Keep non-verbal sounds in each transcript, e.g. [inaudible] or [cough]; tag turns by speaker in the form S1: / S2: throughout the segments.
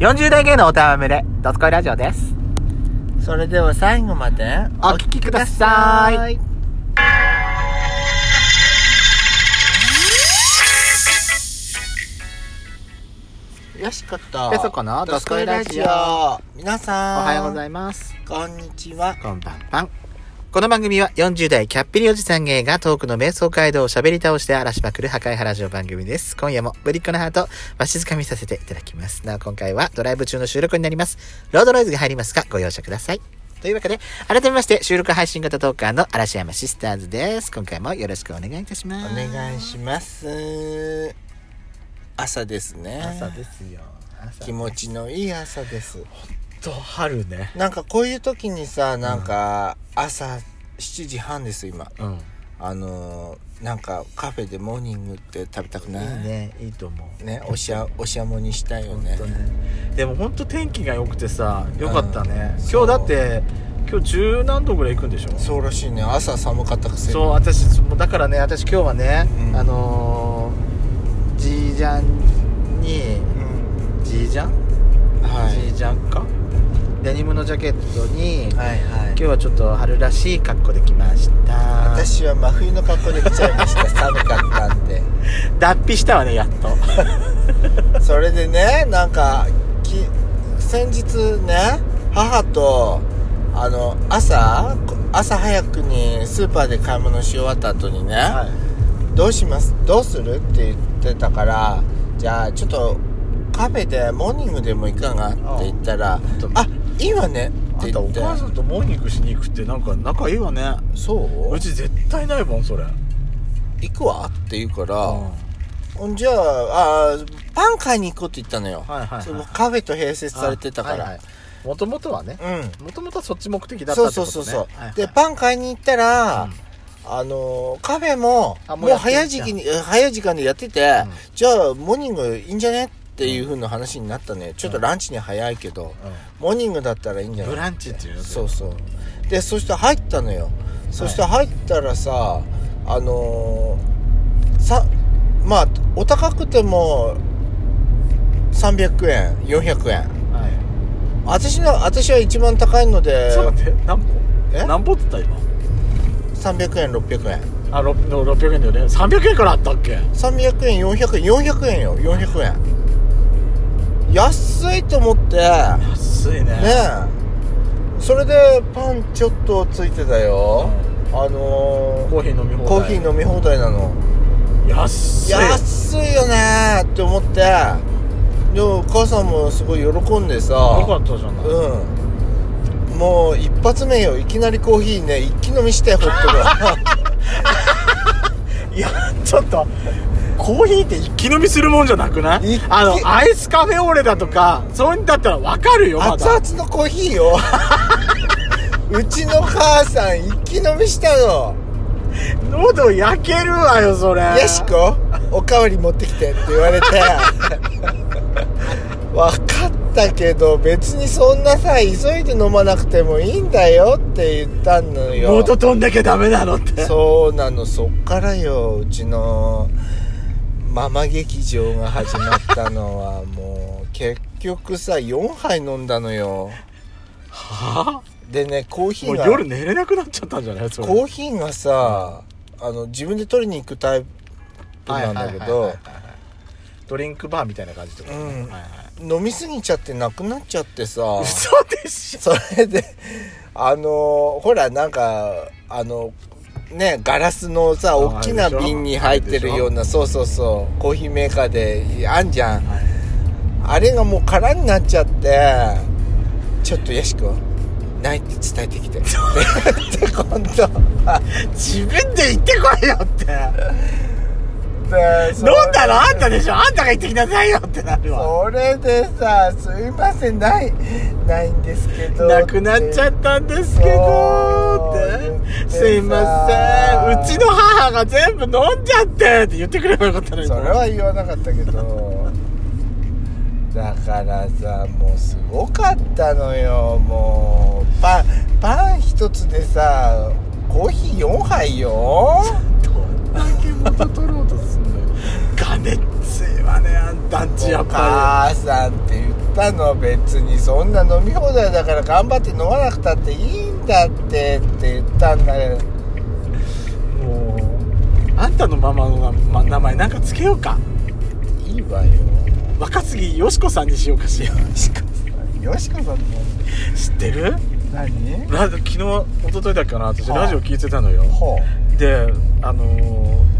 S1: 40代芸のおたわむれ、ドスコイラジオです。
S2: それでは最後まで
S1: お聞きください
S2: お聞きくださいよしこと
S1: ペソコの
S2: ドスコイラジ
S1: ドスコイ
S2: オ皆
S1: お
S2: さん
S1: はようございます。
S2: こんにちは
S1: こんばんは。この番組は40代キャッピリおじさん芸がトークの瞑想街道を喋り倒して荒らしまくる破壊ハラジオ番組です。今夜もぶりっ子のハートわしづかみさせていただきます。なお今回はドライブ中の収録になります。ロードノイズが入りますがご容赦ください。というわけで、改めまして収録配信型トーカーの嵐山シスターズです。今回もよろしくお願いいたし
S2: お
S1: ます。
S2: 願いします朝ですね
S1: 朝ですよ。朝
S2: 気持ちのいい朝です
S1: と春ね。
S2: なんかこういう時にさなんか朝7時半です今
S1: うん。
S2: あのーなんかカフェでモーニングって食べたくない
S1: いね。いいと思う。
S2: ねおしゃおしゃもにしたいよ
S1: 本
S2: ね
S1: 当ねでも本当天気が良くてさ良かったね
S2: う
S1: 今
S2: んそう
S1: 日だって今日十何度ぐらい行くんでしょ
S2: そうらしいね朝寒かったくせに
S1: そう私もうだからね私今日はね、
S2: うん
S1: あのーじいちゃんに
S2: うん
S1: じいちゃん、
S2: はい
S1: じいちゃんかデニムのジャケットに、今
S2: はいはい
S1: 日はちょっと春らしい格好できました
S2: 私は真冬の格好で来ちゃいました寒かったんで [laughs]
S1: 脱皮したわねやっ [laughs] と
S2: それでねなんかき先日ね母とあの朝こ朝早くにスーパーで買い物し終わった後にね、どうしますどうするって言ってたからじゃあちょっとカフェでモーニングでも行かがって言ったら
S1: あ
S2: 「あいいわね」っ
S1: あ
S2: て
S1: んた
S2: 言
S1: お
S2: って
S1: 母さんとモーニングしに行くってなんか仲いいわね
S2: 「そう
S1: うち絶対ないもんそれ
S2: 行くわ」って言うか
S1: あ
S2: ら「ほんじゃああパン買いに行こう」って言ったのよ、
S1: はいはいはいはい
S2: そのカフェと併設されてたから、
S1: もともとはね
S2: うん
S1: もともとはそっち目的だった
S2: そう
S1: って
S2: そ
S1: こ
S2: う
S1: とね
S2: そうそう、
S1: はいはい
S2: でパン買いに行ったら、
S1: うん
S2: あのーカフェも
S1: あも
S2: も
S1: う
S2: う
S1: やってん
S2: 早い時期にえ早い時間でやってて、
S1: ん
S2: じゃあモーニングいいんじゃねっていう風な話になったねちょっとランチに早いけど、モーニングだったらいいんじゃない
S1: ブランチっていうの
S2: そうそうでそして入ったのよそして入ったらさ、あのーさまあお高くても300円400円
S1: はい
S2: 私の私は一番高いので
S1: ちょっと待って何
S2: え
S1: 本何本って言った今
S2: 300円600円
S1: あろ600円だよね300円からあったっけ
S2: 300円400円400円よ400円安いと思ってね
S1: 安いね
S2: えそれでパンちょっとついてたよあのー
S1: コーヒー飲み放題
S2: コーヒー飲み放題なの
S1: 安い
S2: 安いよねーって思ってでもお母さんもすごい喜んでさ
S1: よかったじゃない
S2: うんもう一発目よいきなりコーヒーね一気飲みしてホットが
S1: いやちょっとコーヒーって一気飲みするもんじゃなくない
S2: 一気
S1: あのアイスカフェオレだとかそういうんだったら分かるよま
S2: 熱
S1: だ
S2: 々のコーヒーよ [laughs] うちの母さん一気飲みしたの
S1: 喉焼けるわよそれ
S2: 「よしこおかわり持ってきて」って言われて [laughs] 分かったけど別にそんなさ急いで飲まなくてもいいんだよって言ったのよ
S1: 喉飛んだけダメなのって
S2: そうなのそっからようちのママ劇場が始まったのはもう結局さ4杯飲んだのよ
S1: は
S2: でねコーヒ
S1: も
S2: ー
S1: う
S2: が
S1: 夜寝れなくなっちゃったんじゃないそれ
S2: コーヒーがさあの自分で取りに行くタイプなんだ
S1: は
S2: け
S1: いはい
S2: ど
S1: はいはいはいドリンクバーみたいな感じってことかね、
S2: うん
S1: はいはい
S2: 飲みすぎちゃってなくなっちゃってさ
S1: 嘘でしょ
S2: [laughs] それであのほらなんかあのねガラスのさ大きな瓶に入ってるようなそうそうそうコーヒーメーカーであんじゃんあれがもう空になっちゃってちょっとヤシ君ないって伝えてき
S1: [laughs]
S2: [laughs] てって [laughs] 今度
S1: 自分で行ってこいよって
S2: で
S1: 飲んだのあんたでしょあんたが行ってきなさいよってなるわ
S2: それでさ「すいませんないないんですけど」
S1: なくなっちゃ
S2: っ
S1: ったんですけど
S2: そう
S1: ってすいませんうちの母が全部飲んじゃってって言ってくればよかったの
S2: て
S1: に
S2: それは言わなかったけどだからさもうすごかったのよもうパンパン一つでさコーヒー4杯よ
S1: どんだけ元取ろうとすんのよがめっついわねあんたんちやっぱり
S2: お母さんって言っったの別にそんな飲み放題だから頑張って飲まなくたっていいんだってって言ったんだけども
S1: あんたのママの、ま、名前なんかつけようか
S2: ういいわよ
S1: 若杉よしこさんにしようかしら
S2: よしこさんも
S1: 知ってる
S2: 何
S1: ラ昨日一昨日だっけな私
S2: はあ
S1: ラジオ聞いてたのよ
S2: ほう
S1: であのー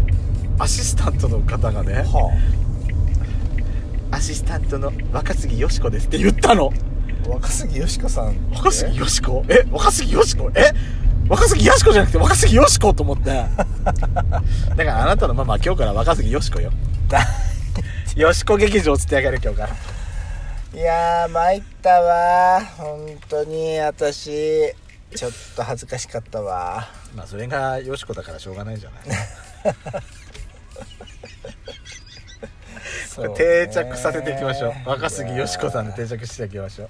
S1: アシスタントの方がね
S2: ほ
S1: アシスタントの若杉よしこですって言ったの
S2: う若杉よしこさんって
S1: 若杉よしこえ若杉よしこえ若杉よしこじゃなくて若杉よしこと思って [laughs] だからあなたのママは今日から若杉よしこよ
S2: だ
S1: よしこ劇場つってあげる今日から
S2: いやー参ったわ本当に私ちょっと恥ずかしかったわ
S1: まあそれがよしこだからしょうがないじゃない
S2: そうね
S1: 定着させていきましょう若杉よしこさんで定着していきましょう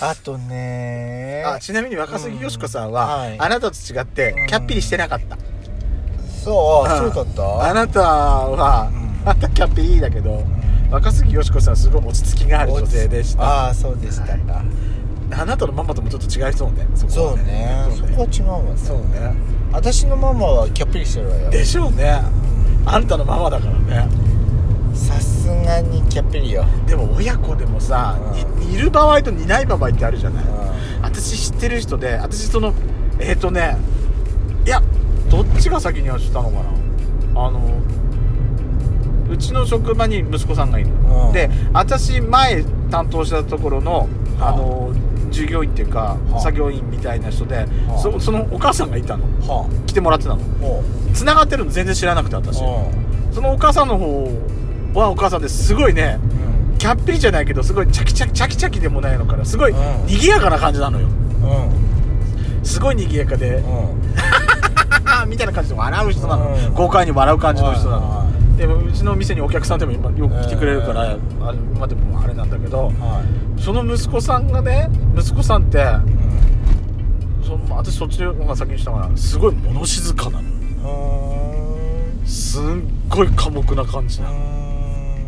S2: あとね
S1: あちなみに若杉よしこさんは、
S2: うんはい
S1: あなたと違って
S2: うん
S1: キャッピリしてなかった、
S2: そう、
S1: ん
S2: そうだっ
S1: あ
S2: た
S1: なたは、
S2: うん
S1: あなたキャッピリだけど、若杉よしこさんはすごい落ち着きがある女性でした
S2: ああそうでしたか、
S1: あなたのママともちょっと違いそうねそこ
S2: そう
S1: は
S2: ねそ
S1: そうね
S2: こは違うわね
S1: そうね
S2: 私のママはキャッピリしてるわよ
S1: でしょうねあんたのママだからね
S2: さすがにキャッピリよ、
S1: でも親子でもさ、
S2: うん
S1: いいる場合といない場合ってあるじゃない、
S2: う
S1: 私知ってる人で私そのえっ、ー、とねいやどっちが先に知ったのかなあのうちの職場に息子さんがいるの、
S2: うん
S1: で私前担当したところのあ
S2: はあ
S1: の従業員っていうか、
S2: はあ
S1: 作業員みたいな人で、
S2: はあ
S1: そそのお母さんがいたの
S2: ん、は
S1: 来てもらってたの
S2: あも
S1: 繋がってるの全然知らなくて私
S2: う
S1: そのお母さんの方はお母さんですごいね
S2: うん
S1: キャッピリじゃないけどすごいチャキチャキチャキチャキでもないのからすごい
S2: うん
S1: 賑やかな感じなのよ
S2: うん
S1: すごい賑やかで、
S2: うんうん
S1: あー [laughs] みたいな感じで笑う人なの、
S2: うん
S1: 豪快に笑う感じの人なの、
S2: は
S1: でもうちの店にお客さんでも今よく来てくれるから、
S2: うん
S1: あれ今でもあれなんだけど
S2: いはい
S1: その息子さんがね息子さんって
S2: はい
S1: その私そっちの方が先にしたからすごい物静かなの
S2: うんうーん
S1: すんごい寡黙な感じなの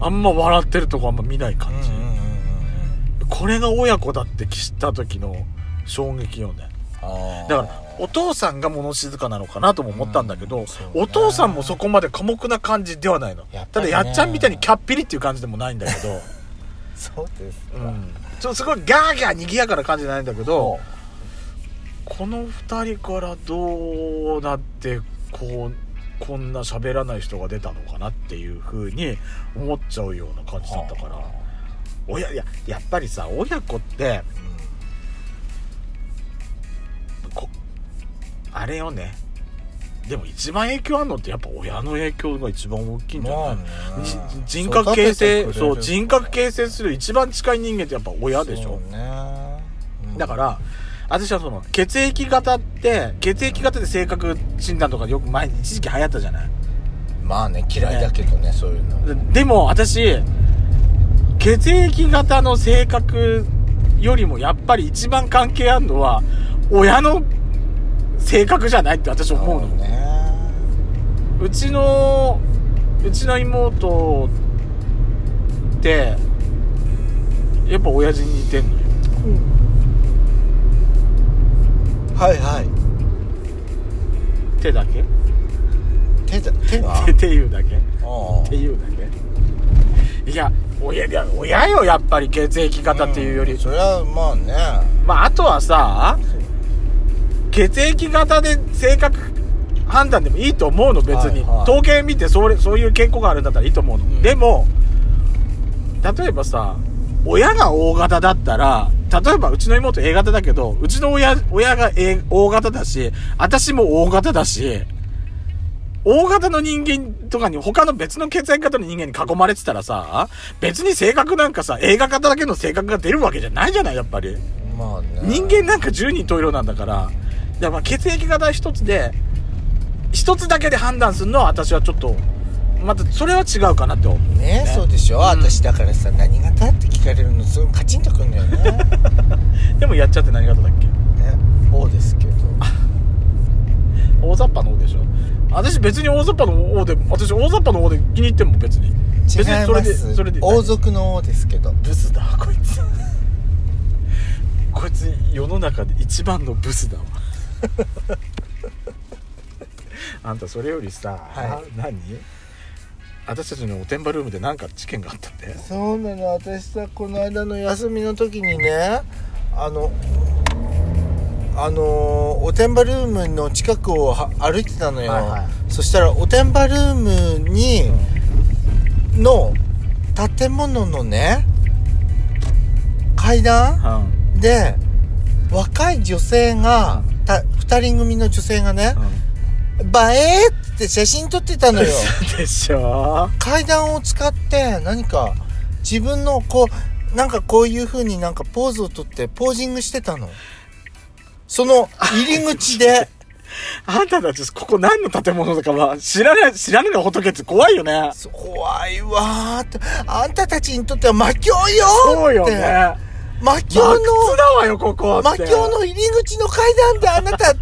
S1: あんま笑ってるとこあんま見ない感じ、
S2: うんうんうんうんうん
S1: これが親子だって知った時の衝撃よね
S2: あー
S1: だからお父さんが物静かなのかなとも思ったんだけど、
S2: うんそうね
S1: お父さんもそこまで寡黙な感じではないの、
S2: やっぱ
S1: ただ
S2: りね
S1: やっちゃんみたいにキャッピリっていう感じでもないんだ
S2: [laughs]
S1: けど、
S2: そうですか、
S1: うん、ちょっとすごいガーガー賑やかな感じじゃないんだけどこの2人からどうなってこうこんな喋らない人が出たのかなっていうふうに思っちゃうような感じだったから、親いややっぱりさ親子ってこあれよねでも一番影響あるのってやっぱ親の影響が一番大きいんじゃない、じ人格形成そう人格形成する一番近い人間ってやっぱ親でしょ、
S2: そうね、うん
S1: だから私はその血液型って血液型で性格診断とかよく前に一時期流行ったじゃない
S2: まあね嫌いだけどねそういうの
S1: ででも私血液型の性格よりもやっぱり一番関係あるのは親の性格じゃないって私思うの
S2: ね
S1: うちのうちの妹ってやっぱ親父に似てんのよ
S2: はいはい
S1: 手だけ
S2: 手だ手が
S1: 手手いうだけ
S2: あ
S1: っていうだけいや親いや親よやっぱり血液型っていうより、
S2: んそれはまあね
S1: まああとはさ血液型で性格判断でもいいと思うの別に、
S2: はいはい
S1: 統計見てそれそういう傾向があるんだったらいいと思うの、
S2: ん
S1: でも例えばさ親が O 型だったら例えばうちの妹 A 型だけどうちの親親が A O 型だし私も O 型だし O 型の人間とかに他の別の血液型の人間に囲まれてたらさ別に性格なんかさ A 型だけの性格が出るわけじゃないじゃないやっぱり。
S2: まあね
S1: 人間なんか十人十色なんだからだからまあ血液型一つで一つだけで判断するのは私はちょっとまたそれは違うかなって思う
S2: ねそうでしょ、私だからさ何型って聞かれるのすごいカチンとくんだよね
S1: [laughs]
S2: ね
S1: でもやっちゃって何型だっけ
S2: O ですけど
S1: 大雑把の王でしょ私別に大雑把の王で私大雑把の王で気に入ってんもん別に
S2: 違
S1: 別に
S2: い
S1: それ
S2: ま
S1: ですそれで
S2: 王族の王ですけど
S1: ブスだこいつこいつ世の中で一番のブス
S2: [laughs]
S1: だわあんたそれよりさ、
S2: はい
S1: 何私たちのおてんばルームで何か事件があったんだよ
S2: そうなの私さこの間の休みの時にねあのあのおてんばルームの近くをは歩いてたのよ、
S1: はいは
S2: そしたらおてんばルームにの建物のね階段
S1: うん
S2: で若い女性が、た2人組の女性がね「映え!」って写真撮ってたのよ
S1: 嘘でしょ
S2: 階段を使って何か自分のこうなんかこういう風になんかポーズをとってポージングしてたのその入り
S1: [laughs]
S2: 口で
S1: あんたたちここ何の建物だかは知らない知らないが仏って怖いよね
S2: そう怖いわーってあんたたちにとっては魔境よ
S1: そう
S2: ー
S1: よ
S2: って、
S1: ね
S2: 魔
S1: 真
S2: 境
S1: っ
S2: の
S1: だわよここっ
S2: 魔
S1: て
S2: 境の入り口の階段であなた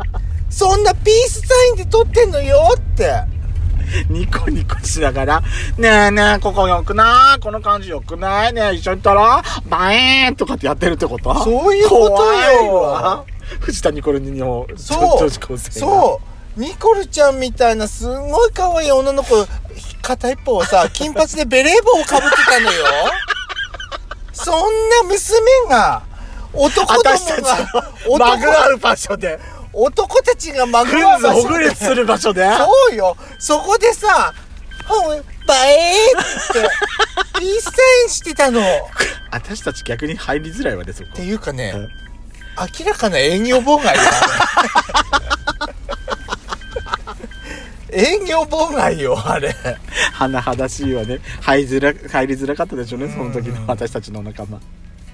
S2: そんなピースサインで撮ってんのよって
S1: ニコニコしながら、ねえねえ、ここよくないこの感じよくないねえ、一緒に撮ろうバエーンとかってやってるってこと
S2: そういうことよ
S1: 怖いわ藤田ニコルにも、
S2: そう
S1: 女子高生が。
S2: そうニコルちゃんみたいなすんごい可愛い女の子片一方
S1: [laughs]
S2: をさ金髪でベレー帽をかぶってたのよそんな娘が男ども
S1: 私たち
S2: が
S1: のマグあ
S2: 男
S1: る場所で、
S2: 男たちがマグ
S1: ク
S2: ロ
S1: ンズほぐれする場所で、
S2: そうよそこでさ「ほんバエー!」ってピースサインしてたのっ
S1: 私たち逆に入りづらいわね、そこ。
S2: ていうかね明らかな営業妨害だよあれ営業妨害よあれ
S1: 甚だしいわね。入りづら、入りづらかったでしょうね、その時の私たちの仲間。